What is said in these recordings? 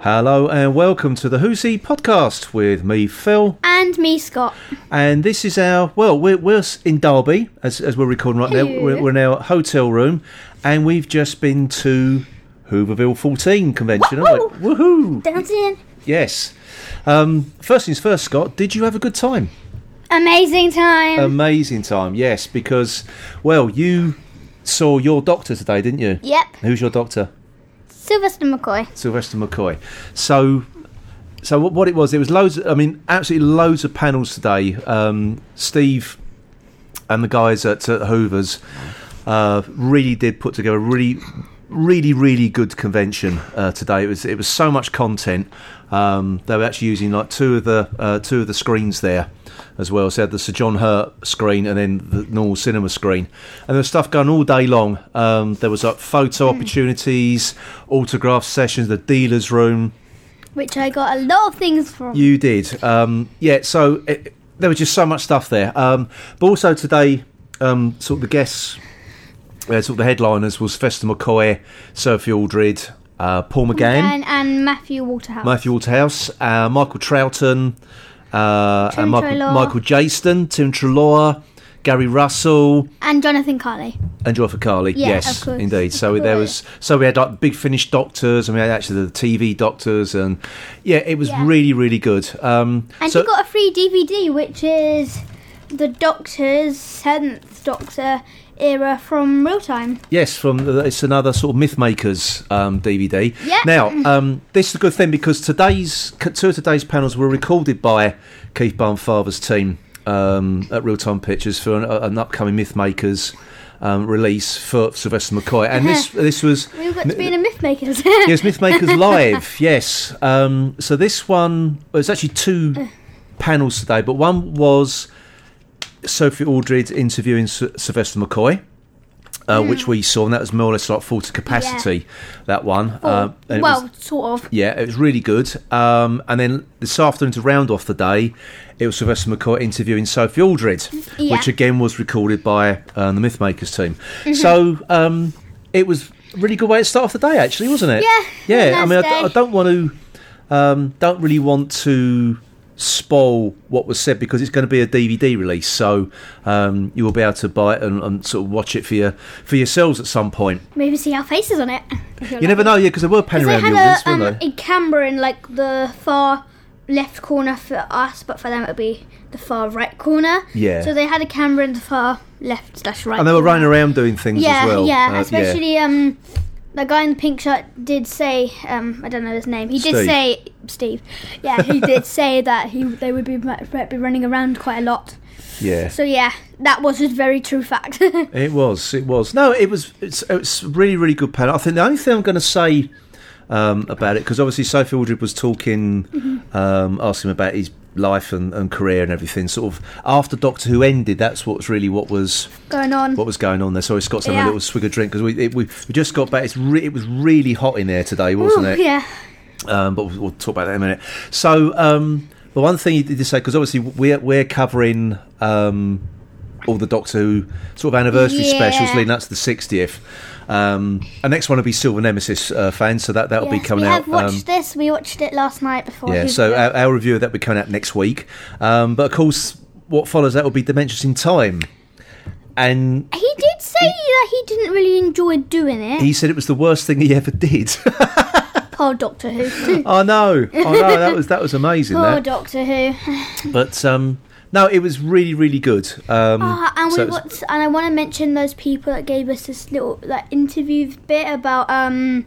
Hello and welcome to the Who's He podcast with me, Phil. And me, Scott. And this is our, well, we're, we're in Derby as, as we're recording right now. Hello. We're, we're in our hotel room and we've just been to Hooverville 14 convention, haven't we? Woohoo! Dancing. Yes. Um, first things first, Scott, did you have a good time? Amazing time. Um, Amazing time, yes, because, well, you saw your doctor today, didn't you? yep. Who's your doctor? Sylvester McCoy. Sylvester McCoy. So, so what- what it was? It was loads. I mean, absolutely loads of panels today. Um, Steve and the guys at, at Hoover's uh, really did put together a really, really, really good convention uh, today. It was it was so much content. Um, they were actually using like two of the uh, two of the screens there as well. So they had the Sir John Hurt screen and then the normal cinema screen, and there was stuff going all day long. Um, there was like photo opportunities, autograph sessions, the dealers room. Which I got a lot of things from. You did. Um, yeah, so it, there was just so much stuff there. Um, but also today, um, sort of the guests, uh, sort of the headliners was Festa McCoy, Sophie Aldred, uh, Paul McGann, and, and Matthew Waterhouse. Matthew Waterhouse, uh, Michael Troughton, uh, Tim and Michael, Treloar. Michael Jaston, Tim Trelaw, Gary Russell, And Jonathan Carley. and Joy for Carly. Yeah, yes, of course. indeed. So Of there course. was. So we had like big Finnish doctors, and we had actually the TV doctors, and yeah, it was Yeah. really, really good. Um, And so, you got a free DVD, which is the Doctor's Seventh Doctor era from real time. Yes, from the, it's another sort of MythMakers um, DVD. Yeah. Now, um, this is a good thing because today's two of today's panels were recorded by Keith Barnfather's team um, at Real Time Pictures for an, an upcoming MythMakers um, release for Sylvester McCoy, and this this was We got to be in a Mythmakers. yes, Mythmakers Live. Yes. Um, so this one well, it's actually two panels today, but one was Sophie Aldred interviewing Sy- Sylvester McCoy. Uh, Which we saw, and that was more or less like full to capacity. That one, Um, and it was- well, sort of. yeah, it was really good. Um, and then this afternoon to round off the day, it was Sylvester McCoy interviewing Sophie Aldred, Yeah. which again was recorded by uh, the Mythmakers team. Mm-hmm. So um, it was a really good way to start off the day, actually, wasn't it? Yeah, Yeah, I nice mean, I, day. d- I don't want to, um, don't really want to spoil what was said because it's going to be a DVD release, so um, you will be able to buy it and, and sort of watch it for your for yourselves at some point. Maybe see our faces on it. You never know, yeah, because there were Because panoramic they audience, had a, weren't um, there? a camera in like the far left corner for us, but for them it would be the far right corner. Yeah. So they had a camera in the far left slash right. And they were corner. running around doing things Yeah, as well. yeah. Uh, especially um, the guy in the pink shirt did say um, I don't know his name. He did Steve. say Steve. Yeah, he did say that he they would be might be running around quite a lot. yeah. So yeah, that was a very true fact. It was. It was. No, it was. It's. It's really, really good panel. I think the only thing I'm going to say um, about it because obviously Sophie Aldred was talking, Mm-hmm. um, asking him about his life and, and career and everything. Sort of after Doctor Who ended, that's what's really what was Going on. what was going on there. Sorry, Scott's having Yeah. a little swig of drink because we, it- we we just got back. It's re- it was really hot in there today, wasn't Ooh, it? Yeah. um, but we'll, we'll talk about that in a minute. So, um, the one thing you did say, because obviously we're we're covering um, all the Doctor Who sort of anniversary Yeah. specials leading up to the 60th. Um, our next one will be Silver Nemesis uh, fans, so that that will be Yes, coming we out. have watched um, this. We watched it last night before. yeah, Hoover so Did. our, our review of that will be coming out next week. Um, but of course, what follows that will be Dimensions in Time, and He did say that he didn't really enjoy doing it. he said it was the worst thing he ever did. Poor Doctor Who. I know, I know, that was that was amazing. Poor that. Doctor Who. But um, no, it was really, really good. Um, Ah, and we so it was- watched, and I want to mention those people that gave us this little like interview bit about um.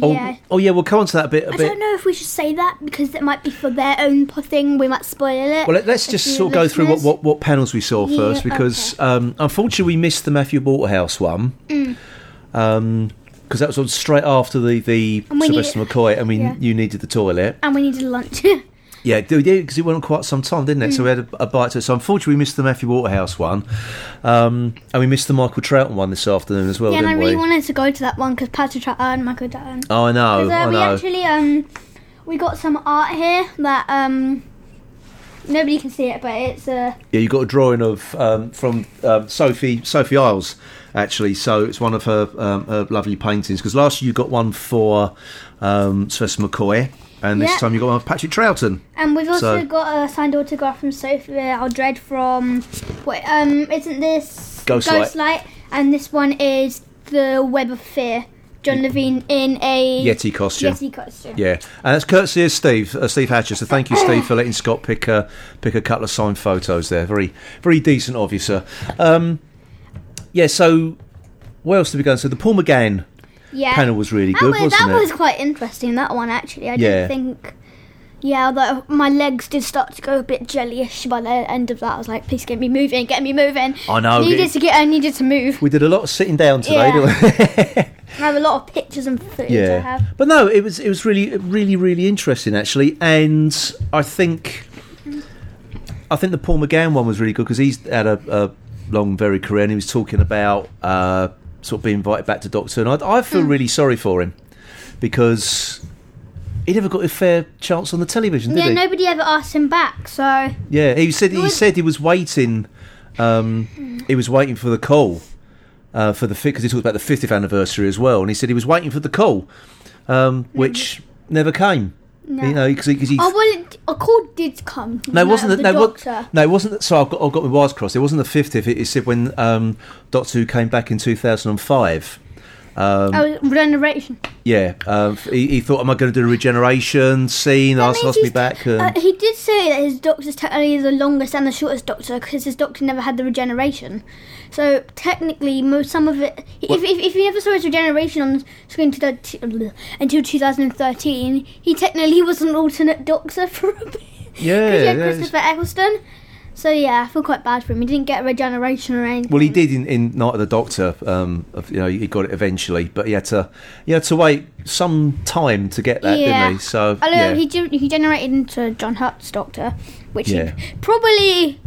oh, yeah. oh, yeah, we'll come on to that a bit. A I bit. don't know if we should say that because it might be for their own po- thing. We might spoil it. Well, let- let's If just you sort of go through what, listeners- what, what panels we saw Yeah, first because um, unfortunately we missed the Matthew Waterhouse one. Because Mm. that was on straight after the, the And we Sylvester needed- McCoy, and we, yeah. you needed the toilet. And we needed lunch. Oh, Yeah, do yeah, because it went on quite some time, didn't it? So Mm. we had a, a bite to it. So unfortunately, we missed the Matthew Waterhouse one, um, and we missed the Michael Troughton one this afternoon as well, yeah, and didn't I really we? wanted to go to that one because Patrick Tra- and Michael Dutton. oh, I know, Because uh, I we know. actually um we got some art here that um Nobody can see it, but it's a. Yeah, you got a drawing of um, from um, Sophie Sophie Isles actually. So it's one of her, um, her lovely paintings. Because last year you got one for um, Sylvester McCoy, and Yeah. this time you got one for Patrick Troughton. And we've also So- got a signed autograph from Sophia Aldred from. Wait, um, isn't this Ghostlight. Ghostlight? And this one is the Web of Fear. John Levine in a Yeti costume. Yeti costume. Yeah, and that's courtesy of Steve, uh, Steve Hatcher. So thank you, Steve, for letting Scott pick uh, pick a couple of signed photos there. Very, very decent of you, sir. Um, yeah. So, where else did we go? So the Paul McGann Yeah. panel was really That, good, was, wasn't that it? was quite interesting. That one actually, I Yeah. didn't think. Yeah, although my legs did start to go a bit jellyish by the end of that. I was like, "Please get me moving, get me moving." I know, Needed it- to get. I needed to move. We did a lot of sitting down today, Yeah. didn't we? I have a lot of pictures and footage. I have. But no, it was it was really really really interesting actually, and I think I think the Paul McGann one was really good because he's had a, a long very career and he was talking about uh, sort of being invited back to Doctor, and I, I feel Hmm. really sorry for him because. He never got a fair chance on the television, did Yeah, he? nobody ever asked him back, so Yeah, he said he was- said he was waiting. Um, he was waiting for the call uh, for the because he talked about the 50th anniversary as well, and he said he was waiting for the call, um, which never came. no. You know, because he, 'cause he Oh well, it, a call did come. no, it wasn't the, the, no, it wa- doctor? no, it wasn't. So I've got, I've got my wires crossed. It wasn't the 50th. It, it said when um, Doctor Who came back in 2005. Um, oh, regeneration. Yeah, um, he, he thought, "Am I going to do a regeneration scene? I'll means supposed to be he's- back." Um, Uh, he did say that his doctor's technically the longest and the shortest doctor because his doctor never had the regeneration. So technically, most some of it. If, if, if he never saw his regeneration on screen to the t- until 2013, he technically was an alternate doctor for a bit. yeah, Yeah, yeah, it's- Christopher Eccleston. So yeah, I feel quite bad for him. He didn't get a regeneration or anything. Well, he did in, in Night of the Doctor. Um, of- you know, he got it eventually, but he had to he had to wait some time to get that, Yeah. didn't he? So Although yeah. he gen- he generated into John Hurt's Doctor, which Yeah. he probably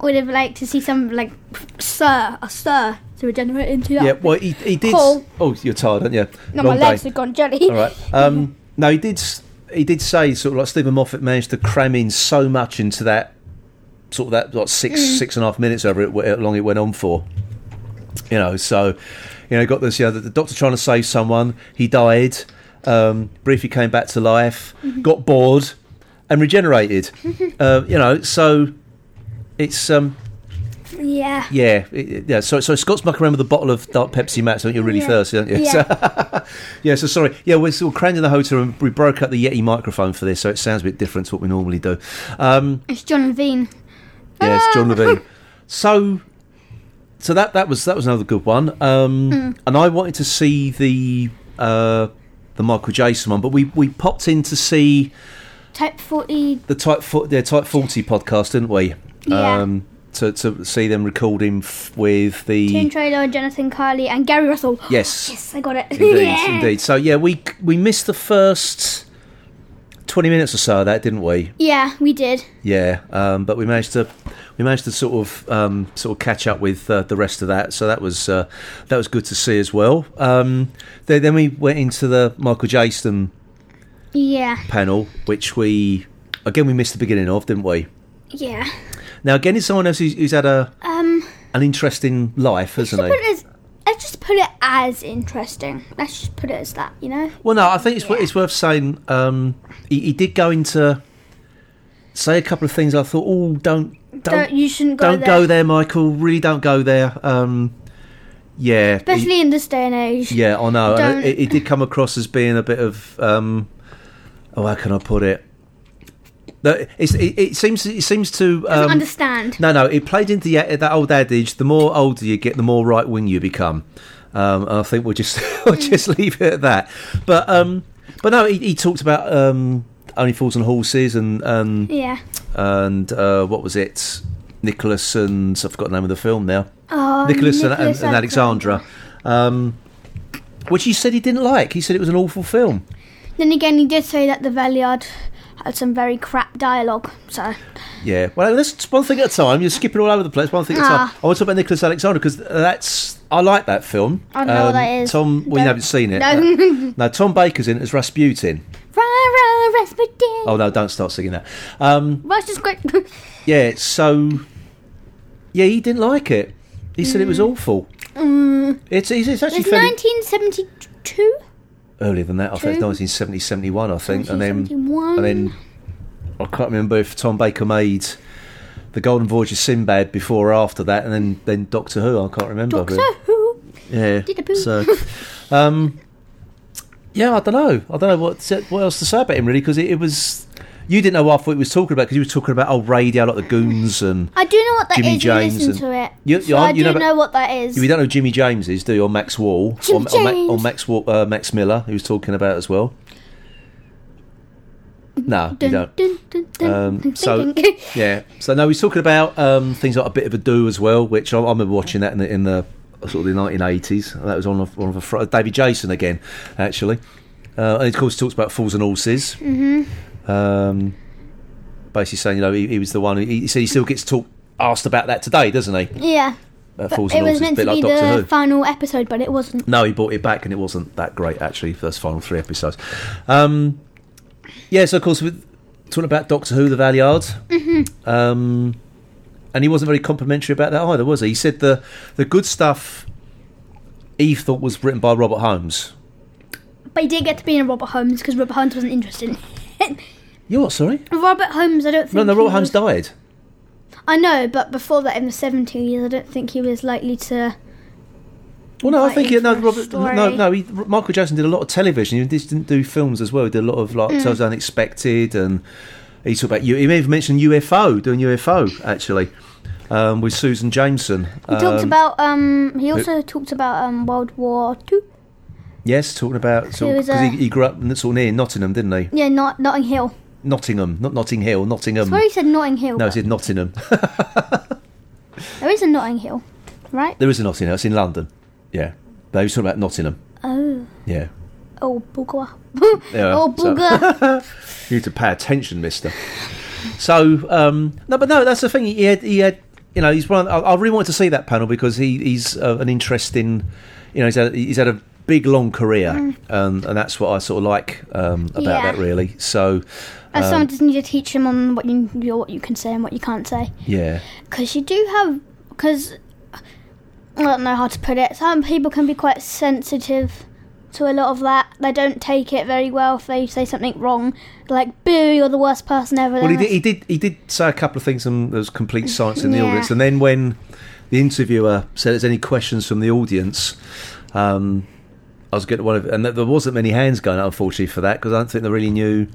would have liked to see some like Sir a Sir to regenerate into that. yeah, well, he, he did. Paul. Oh, you're tired, aren't you? no, Wrong my legs day. have gone jelly. All right. Um, no, he did. s- He did say sort of like Stephen Moffat managed to cram in so much into that sort of that like six six and a half minutes over it wh- how long it went on for. You know, so you know, got this. You know, the, the doctor trying to save someone. He died. Um, briefly came back to life. Got bored and regenerated. uh, you know, so it's um Yeah. yeah it- it- yeah. So so Scott's mucking around with a bottle of dark Pepsi Max. Aren't you really Yeah. thirsty? Aren't you? Yeah. So- yeah, so sorry. Yeah, we're still crammed in the hotel and we broke up the Yeti microphone for this, so it sounds a bit different to what we normally do. Um, It's John Levine. yeah, it's John Ah. Levine. So, so that that was that was another good one. Um, Mm. And I wanted to see the uh, the Michael Jason one, but we we popped in to see Type forty. the Type Fo- the Type Forty podcast, didn't we? Yeah. Um, to, to see them recording f- with the Toon Trader, Jonathan Carly, and Gary Russell. yes Yes, I got it. Indeed, yeah. indeed. So yeah, we we missed the first twenty minutes or so of that, didn't we? Yeah, we did. Yeah, um, but we managed to we managed to sort of um, sort of catch up with uh, the rest of that. So that was uh, that was good to see as well. Um, then, then we went into the Michael Jason Yeah. panel, which we again we missed the beginning of, didn't we? Yeah. Now again, it's someone else who's, who's had a Um. an interesting life, hasn't Put he? it as. Let's just put it as interesting. Let's just put it as that. You know. Well, no, I think it's wo- it's worth saying. Um, he, he did go into say a couple of things. I thought, oh, don't don't Don't, don't, you shouldn't go there. go there, Michael. Really, don't go there. Um, yeah, he- especially in this day and age. yeah, I know. And Don't- it, it did come across as being a bit of um, oh, how can I put it? That- It's, it, it seems it seems to Doesn't um, understand. no, no. It played into the, that old adage: the more older you get, the more right wing you become. Um, and I think we'll just we'll just leave it at that. But um, but no, he, he talked about um, only fools and horses and and Yeah. and uh, what was it? Nicholas and I've forgotten the name of the film now. Oh, Nicholas, and, and, and Alexandra, um, which he said he didn't like. He said it was an awful film. Then again, he did say that the Valiard had some very crap dialogue. So Yeah, well, that's one thing at a time. You're skipping all over the place, one thing at a time. Ah. I want to talk about Nicholas Alexander because that's I like that film. Um, I don't know what that is. Tom, we Don't- haven't seen it. no. No, Tom Baker's in it as Rasputin. Ra, ra, Rasputin. Oh no, don't start singing that. Um, Russia's great. yeah, so yeah, he didn't like it. He said it was awful. Hmm. mm, It's it's, it's actually it's fairly 1972. earlier than that. I think Two? 1970, 71, I think, and then 1971. and then I can't remember if Tom Baker made the Golden Voyage of Sinbad before or after that, and then then Doctor Who. I can't remember. Doctor Who. Yeah. Did a poo. So, um, yeah, I don't know. I don't know what what else to say about him really because it, it was you didn't know what he was talking about because he was talking about old radio like the Goons and I do know what that is. Jimmy James You listen and- to it. You- you so are- I you know do know, about- what that is. we don't know who Jimmy James is, do you? Or Max Wall or, Jimmy or, Ma- James. or Max Wall, uh, Max Miller, who was talking about as well. No, you Dun, don't. dun, dun, dun. Um, I'm so thinking. yeah, so no, he's talking about um, things like a bit of a do as well, which I, I remember watching that in the, in the sort of the nineteen eighties. That was on a, one of a fr- David Jason again, actually, uh, and of course he talks about fools and horses. Mm-hmm. Um, basically saying you know he, he was the one. Who, he said he still gets talked asked about that today, doesn't he? yeah. About But fools it and was horses, a meant bit to like be Doctor the Who. final episode, but it wasn't. No, he brought it back, and it wasn't that great actually for those final three episodes. Um, yeah, so of course with talking about Doctor Who, the Valeyard, um, and he wasn't very complimentary about that either, was he? He said the the good stuff Eve thought was written by Robert Holmes. But he did get to be in Robert Holmes because Robert Holmes wasn't interested. You what? Sorry, Robert Holmes, I don't think. no, no. he Robert Holmes was- died. I know, but before that, in the seventies, I don't think he was likely to. Well, no, I Right, think he, no, for a Robert, story. no, no. He, Michael Jackson did a lot of television. He just didn't do films as well. He did a lot of Mm. like Tales Unexpected, and he talked about. U- He may have mentioned UFO, doing UFO actually, um, with Susan Jameson. Um, He talked about. Um, he also talked about um, World War Two. yes, talking about He because was, he, uh, he grew up in- sort of near Nottingham, didn't he? Yeah, not Notting Hill. Nottingham, not Notting Hill, Nottingham. Sorry, he said Notting Hill. Um, No, it's in Nottingham. There is a Notting Hill, right? there is a Nottingham. It's in London. Yeah, they was talking about Nottingham. Oh, Yeah, oh, booger. Yeah, oh, Uh, so- booger. You need to pay attention, Mister. So um, no, but no, that's the thing. He had, he had, you know, he's one. I, I really wanted to see that panel because he, he's uh, an interesting, you know, he's had, he's had a big long career, um, and that's what I sort of like um, about Mm. Yeah. that really. So um, And someone just need to teach him on what you you- what you can say and what you can't say. yeah, Because you do have, because I don't know how to put it. Some people can be quite sensitive to a lot of that. They don't take it very well if they say something wrong, like "boo, you're the worst person ever." well, he did, he did he did say a couple of things, and there was complete silence in the Yeah. audience, and then when the interviewer said, "There's any questions from the audience?" Um, I was getting one of, and there wasn't many hands going up, unfortunately, for that because I don't think they really knew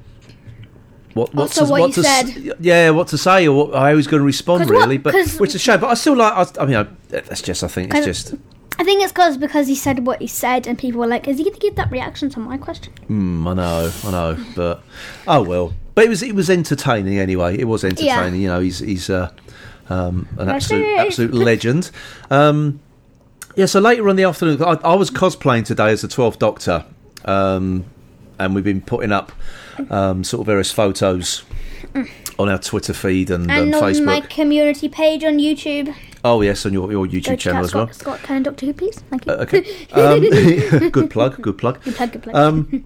what what, Also to, Oh, what you to s- yeah, what to say or what, how he was going to respond, 'Cause what- really. but 'cause- which is a shame. But I still like. I, I mean, I, that's just. I think it's 'Cause- just. I think it's because because he said what he said, and people were like, "Is he going to give that reaction to my question?" Mm, I know, I know, but oh well. But it was it was entertaining anyway. It was entertaining. You know, he's he's uh, um, an absolute it. absolute legend. Um, yeah. So later on in the afternoon, I, I was cosplaying today as the Twelfth Doctor, um, and we've been putting up um, sort of various photos on our Twitter feed and, And um, on Facebook. my community page on YouTube, Oh yes, on your, your go YouTube check channel out as well. Uh, Scott, Scott Cohen, Doctor Who, please. Thank you. Okay. Um, good plug. Good plug. plug, good plug. Um,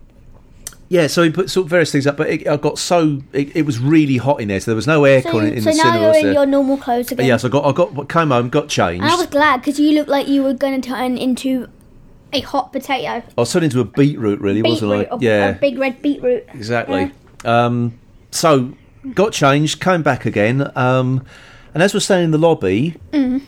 yeah, so he put sort of various things up, but it, I got so it, it was really hot in there, so there was no aircon so in, in so the now cinema. Uh, you're was in there? your normal clothes again. yeah, so I got I got came home, got changed. And I was glad because you looked like you were going to turn into a hot potato. I was turned into a beetroot, really, Beetroot, wasn't I? a, yeah, a big red beetroot. exactly. Um, so got changed, came back again, um, and as we're standing in the lobby, Mm-hmm.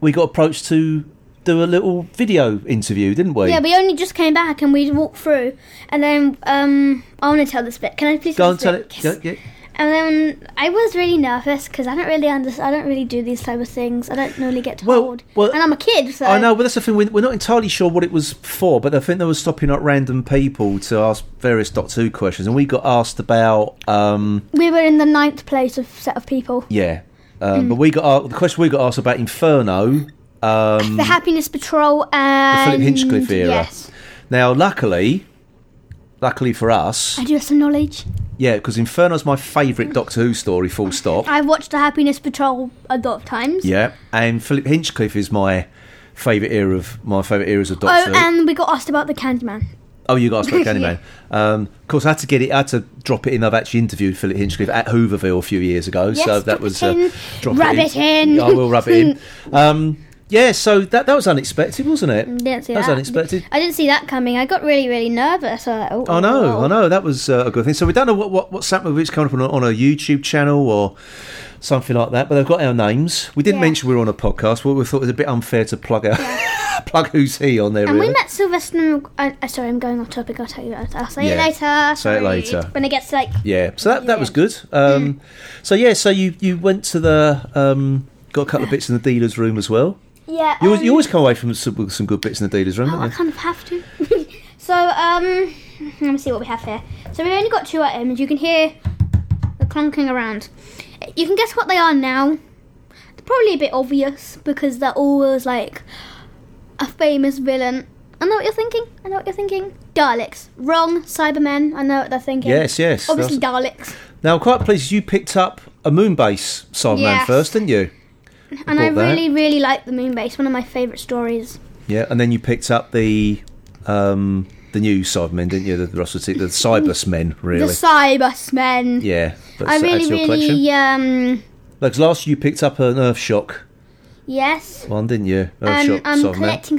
we got approached to do a little video interview, didn't we? Yeah, we only just came back and we walked through, and then um, I want to tell this bit. Can I please Go tell and this tell bit? it. Yes. go- yeah. And then I was really nervous because I don't really under- I don't really do these type of things. I don't normally get Well, told, well, and I'm a kid, so I know, but that's the thing. We're, we're not entirely sure what it was for, but I think they were stopping up random people to ask various Doctor Who questions, and we got asked about um, we were in the ninth place of set of people. yeah, um, but we got a- the question we got asked about Inferno. Um, The Happiness Patrol and Philip Hinchcliffe era. Yes, now, luckily, luckily for us, I do have some knowledge. yeah, because Inferno's my favourite Doctor Who story. Full stop. I've watched the Happiness Patrol a lot of times. Yeah, and Philip Hinchcliffe is my favourite era of my favourite eras of Doctor Oh, Who. and we got asked about the Candyman. Oh, you got to speak Candyman. Um, of course, I had to get it. I had to drop it in. I've actually interviewed Philip Hinchcliffe at Hooverville a few years ago, Yes, so that drop was uh, it in. drop Rub it in. I will rub it in. Um, yeah, so that that was unexpected, wasn't it? Didn't see that was that. unexpected. I didn't see that coming. I got really, really nervous. I was like, oh, I know, oh. I know. That was uh, a good thing. So we don't know what, what what's happening. If it's coming up on a, on a YouTube channel or something like that. But they've got our names. We didn't Yeah. mention we were on a podcast. But we thought it was a bit unfair to plug our plug who's he on there. And really. we met Sylvester. Uh, uh, sorry, I'm going off topic. I'll tell you. I'll, I'll say Yeah. it later. Say it Sorry. later. When it gets like Yeah, so that, that Yeah. was good. Um, So yeah, so you, you went to the um, got a couple of bits in the dealer's room as well. yeah. You always, um, you always come away from some, with some good bits in the dealer's room, Oh, I don't you? kind of have to. so, um, let me see what we have here. So we've only got two items. You can hear the clunking around. You can guess what they are now. They're probably a bit obvious because they're always like a famous villain. I know what you're thinking. I know what you're thinking. Daleks. Wrong. Cybermen. I know what they're thinking. Yes, yes. Obviously, that's- Daleks. Now I'm quite pleased you picked up a moon base Cyberman Yes. first, didn't you? And I bought that. really, really like the Moonbase. One of my favourite stories. Yeah, and then you picked up the um, the new Cybermen, didn't you? The, the Russell T- the Cyberus men, really. The Cybersmen. yeah, that's I add really, to your collection. really, um, Like last year you picked up an Earth Shock yes. one, didn't you? Earth Um, Shock I'm Cyberman. collecting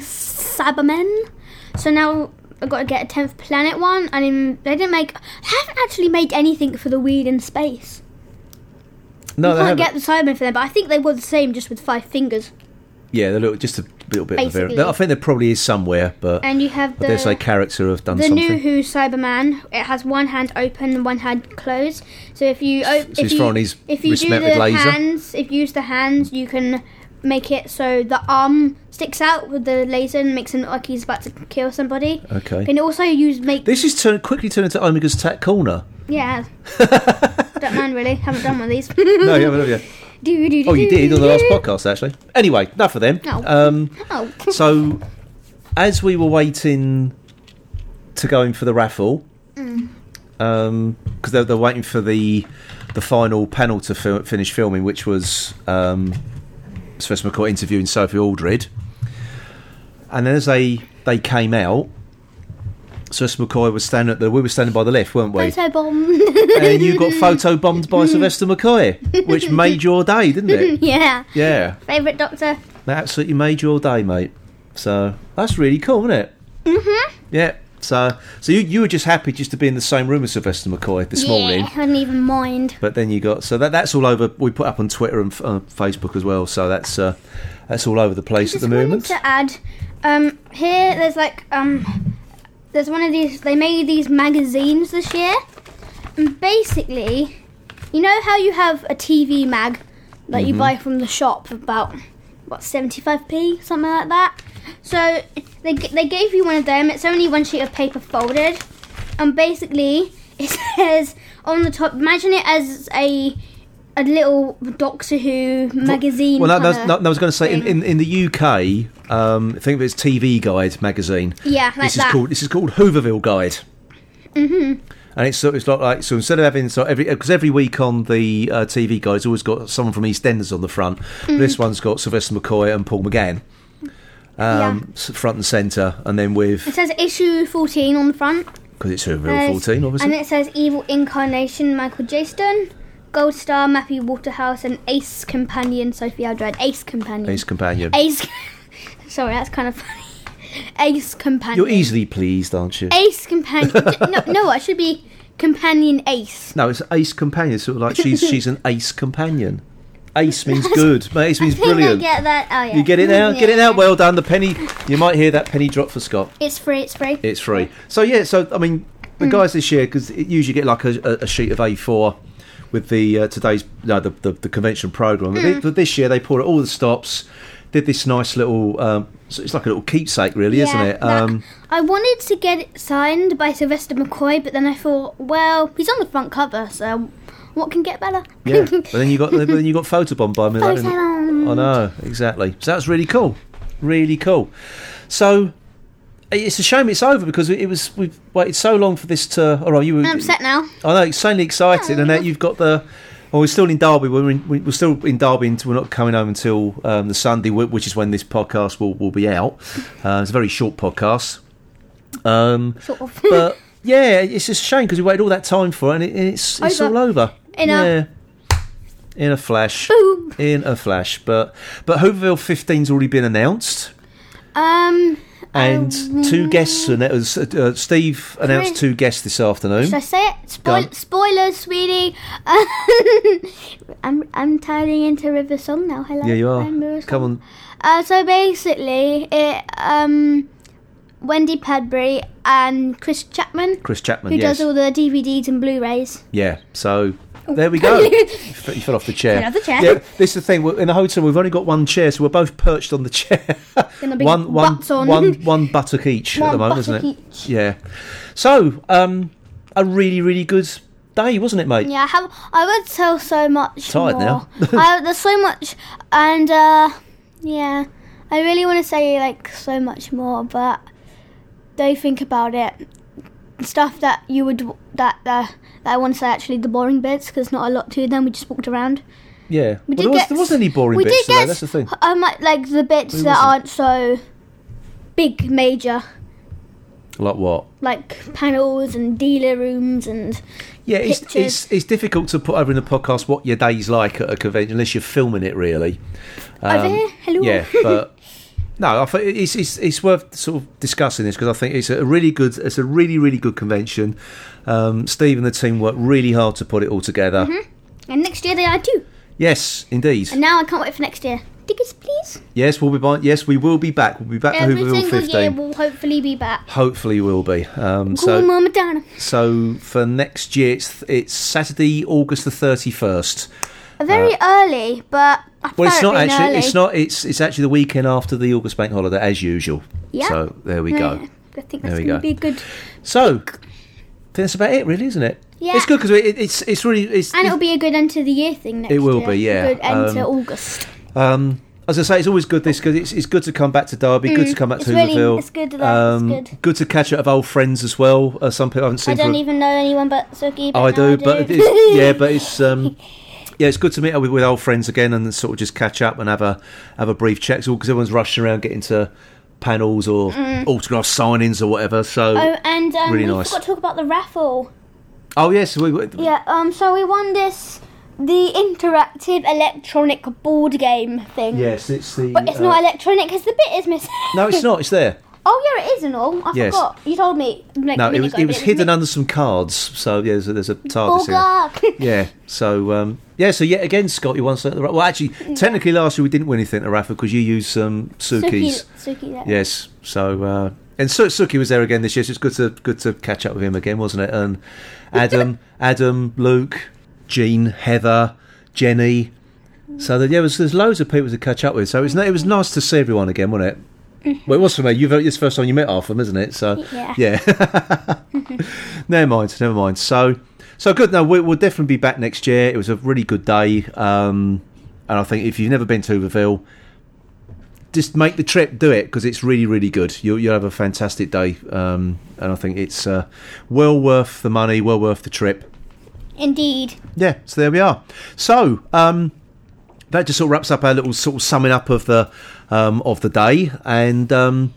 Cybermen. So now I've got to get a 10th planet one. And in, they didn't make. I haven't actually made anything for the weed in space. no, I they can't haven't. get the Cybermen for them, but I think they were the same just with five fingers. Yeah, the little, just a little bit of a Basically. vari- I think there probably is somewhere, but And you have I dare say the. character have done The something. new Who Cyberman, it has one hand open and one hand closed. So if you op- So if he's you throwing his if you do wrist-mounted the laser. hands, if you use the hands, you can make it so the arm sticks out with the laser and makes him look like he's about to kill somebody. okay. You can also use make this is turn, quickly turning to Omega's Tat Corner. Yeah. Don't mind really. Haven't done one of these. No, you haven't, have you? Do, do, do, Oh, you do, did do, on the last do. podcast, actually. Anyway, enough of them. No. Um, Oh. so, as we were waiting to go in for the raffle, um, because they're, they're waiting for the the final panel to fi- finish filming, which was um, Sylvester McCoy interviewing Sophie Aldred, and then as they they came out, Sylvester McCoy was standing at the we were standing by the left, weren't we? Photo bomb. and you got photo bombed by Sylvester McCoy, which made your day, didn't it? yeah. Yeah. Favorite doctor. That absolutely made your day, mate. So that's really cool, isn't it? Mm-hmm. Yeah. So so you you were just happy just to be in the same room as Sylvester McCoy this morning. Yeah. I didn't even mind. But then you got so that that's all over. We put up on Twitter and uh, Facebook as well. So that's uh, that's all over the place at Just the wanted moment. to add, um, here there's like um, there's one of these. They made these magazines this year, and basically, you know how you have a TV mag that Mm-hmm. you buy from the shop about what 75p something like that. So they g- they gave you one of them. It's only one sheet of paper folded, and basically it says on the top. Imagine it as a a little Doctor Who magazine. Well, no, that's, kinda no, no, I was going to say in, thing. in, in the UK, um, think of it as TV Guide magazine. Yeah, like this is that. called this is called Hooverville Guide. Mm-hmm. And it's sort of it's like, like so instead of having so every because every week on the uh, TV Guide's always got someone from EastEnders on the front. But this Mm-hmm. one's got Sylvester McCoy and Paul McGann. Yeah. Um, s front and centre, and then It with says issue 14 on the front. because it's Hooverville There's- 14, Oh, obviously. And it says Evil Incarnation Michael Jaston, Gold Star Matthew Waterhouse, and Ace Companion Sophie Aldred. Ace Companion. Ace Companion. Ace. Sorry, that's kind of funny. Ace Companion. You're easily pleased, aren't you? Ace Companion. no, no, it should be Companion Ace. No, it's ace companion. It's sort of like she's she's an ace companion. Ace means good. mate, Ace means I think brilliant. I get that. Oh, yeah. You get it now. Get it now. Yeah. Well done. The penny. You might hear that penny drop for Scott. It's free, it's free. It's free. So yeah. So I mean, the guys this year because usually get like a, a sheet of A4 with the uh, today's no, the, the the convention program. But, thi- but this year they pulled out all the stops. Did this nice little. Um, so it's like a little keepsake, really, isn't it? that- Um, I wanted to get it signed by Sylvester McCoy, but then I thought, well, he's on the front cover, so what can get better? yeah. but then you got but then you got photobombed by me. that didn't- Photobombed. I know exactly. So that's really cool, really cool. So it's a shame it's over because it was we've waited so long for this to. All right, you were. I'm upset now. I know, insanely excited, and now you've got the. Well, we're still in Derby. We're, in, we're still in Derby, and we're not coming home until um, the Sunday, wh- which is when this podcast will, will be out. Uh, it's a very short podcast. Um, sort of. but yeah, it's just a shame because we waited all that time for it, and it, it's it's Over. all over. In a- yeah. in a flash. Boom. In a flash. But but Hooverville 15's already been announced, Um, and two guests, and that was uh, uh, Steve announced Oh, Chris- two guests this afternoon. should I say it? Go Spoil- on. spoilers, sweetie. I'm I'm turning into River Song now. Hello. Yeah, you are. I'm River Come on. Song. Uh, so basically, it um, Wendy Padbury and Chris Chapman, Chris Chapman, who yes. does all the DVDs and Blu-rays. yeah, so there we go. you f- you fell off the chair. Fell off the chair. Yeah, this is the thing. we're- In the hotel, we've only got one chair, so we're both perched on the chair. Gonna be one, one, butts on. one, one buttock each at One the moment, isn't buttock it? each. Yeah. So, um, a really, really good day, wasn't it, mate? Yeah, I have. I would tell so much. Tired more. now. I, there's so much, and uh, yeah, I really want to say like so much more, but don't think about it. Stuff that you would that uh, that I want to say actually the boring bits because not a lot to them. We just walked around. Yeah. We Well, there, was, get- there wasn't any boring we bits did today, get- that's the thing. I might like the bits Who that wasn't? aren't so big, major, Like what? like panels and dealer rooms and Yeah, it's, Pictures. it's it's difficult to put over in the podcast what your day's like at a convention unless you're filming it really. Um, Over here? Hello. Yeah, but no, I think it's, it's it's worth sort of discussing this because I think it's a really good it's a really really good convention. Um, Steve and the team worked really hard to put it all together. and next year they are too. Yes, indeed. Mm-hmm. And now I can't wait for next year. Tickets, please. Yes, we'll be back. Yes, we will be back. We'll be back for Every Hooverville single year 15. we'll hopefully be back. Hopefully, we'll be. Um, Cool, so Mum and Dad. so for next year, it's it's Saturday, August the thirty first. Very early, but uh, Well, it's not apparently actually. early. It's not. It's it's actually the weekend after the August bank holiday, as usual. Yeah. So there we Yeah, go. I think There that's we going to go. be a good, So I think that's about it, really, isn't it? Yeah. It's good because it, it's it's really it's. and it'll be a good end to the year thing next year. It will be, yeah. Good end to Um, August. um, as I say, it's always good this because it's, it's good to come back to Derby, good to come back Mm. it's to really- Hooverville. it's good that it's good. to catch up with old friends as well. Uh, some people I haven't seen. I don't for, even know anyone but Suki. Oh, I do, now I but do. it is, yeah, but it's um, yeah, it's good to meet up with, with old friends again and sort of just catch up and have a have a brief check. All because everyone's rushing around getting to panels or autograph signings or whatever. So Mm. Oh, and um, Really we nice. forgot to talk about the raffle. oh yes, we, we, Yeah. Um. So we won this the interactive electronic board game thing. yes, it's the. But it's uh, not electronic because the bit is missing. no, it's not. It's there. oh yeah, it is and all. I Yes. forgot. You told me. Like, No, a it minute was ago, it but was hidden mi- under some cards. So yeah, there's a, there's a Oh, TARDIS in there. Bulgar. Yeah. So um, yeah. So yet again, Scott, you won something. Well, actually, technically last year we didn't win anything at Rafa because you used some Suki's. Suki. Suki. That. Yes. So uh, and Su- Suki was there again this year. So it's good to good to catch up with him again, wasn't it? And Adam, Adam, Luke, Jean, Heather, Jenny. So that, yeah, there's, there's loads of people to catch up with. So it's, ni- it was nice to see everyone again, wasn't it? Well, it was for me. You've it's the first time you met half of them, isn't it? So Yeah. never mind, never mind. So so good. No, we, we'll definitely be back next year. It was a really good day, um, and I think if you've never been to Hooverville, just make the trip, do it because it's really, really good. You'll, you'll have a fantastic day, um, and I think it's uh, well worth the money, well worth the trip. Indeed. Yeah, so there we are. So um, that just sort of wraps up our little sort of summing up of the um, of the day, and um,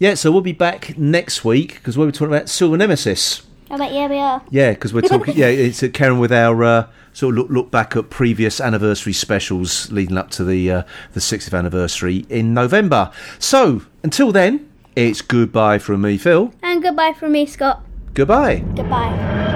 yeah, so we'll be back next week because we'll be talking about Silver Nemesis. I bet. Yeah, we are. Yeah, because we're talking. yeah, it's uh, Karen with our uh, sort of look, look back at previous anniversary specials leading up to the uh, the 60th anniversary in November. So until then, it's goodbye from me, Phil. And goodbye from me, Scott. Goodbye. Goodbye.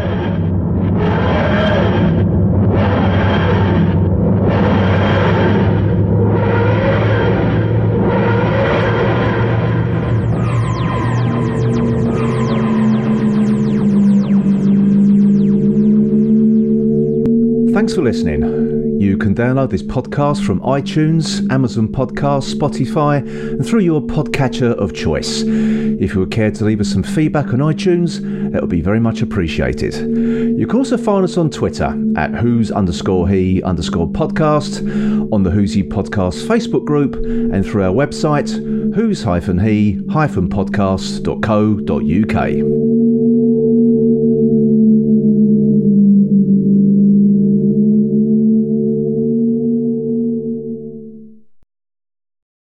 Thanks for listening. You can download this podcast from iTunes, Amazon Podcasts, Spotify, and through your podcatcher of choice. If you would care to leave us some feedback on iTunes, that would be very much appreciated. You can also find us on Twitter at who's underscore he underscore podcast, on the Who's He Podcast Facebook group, and through our website, who's hyphen he hyphen podcast.co.uk.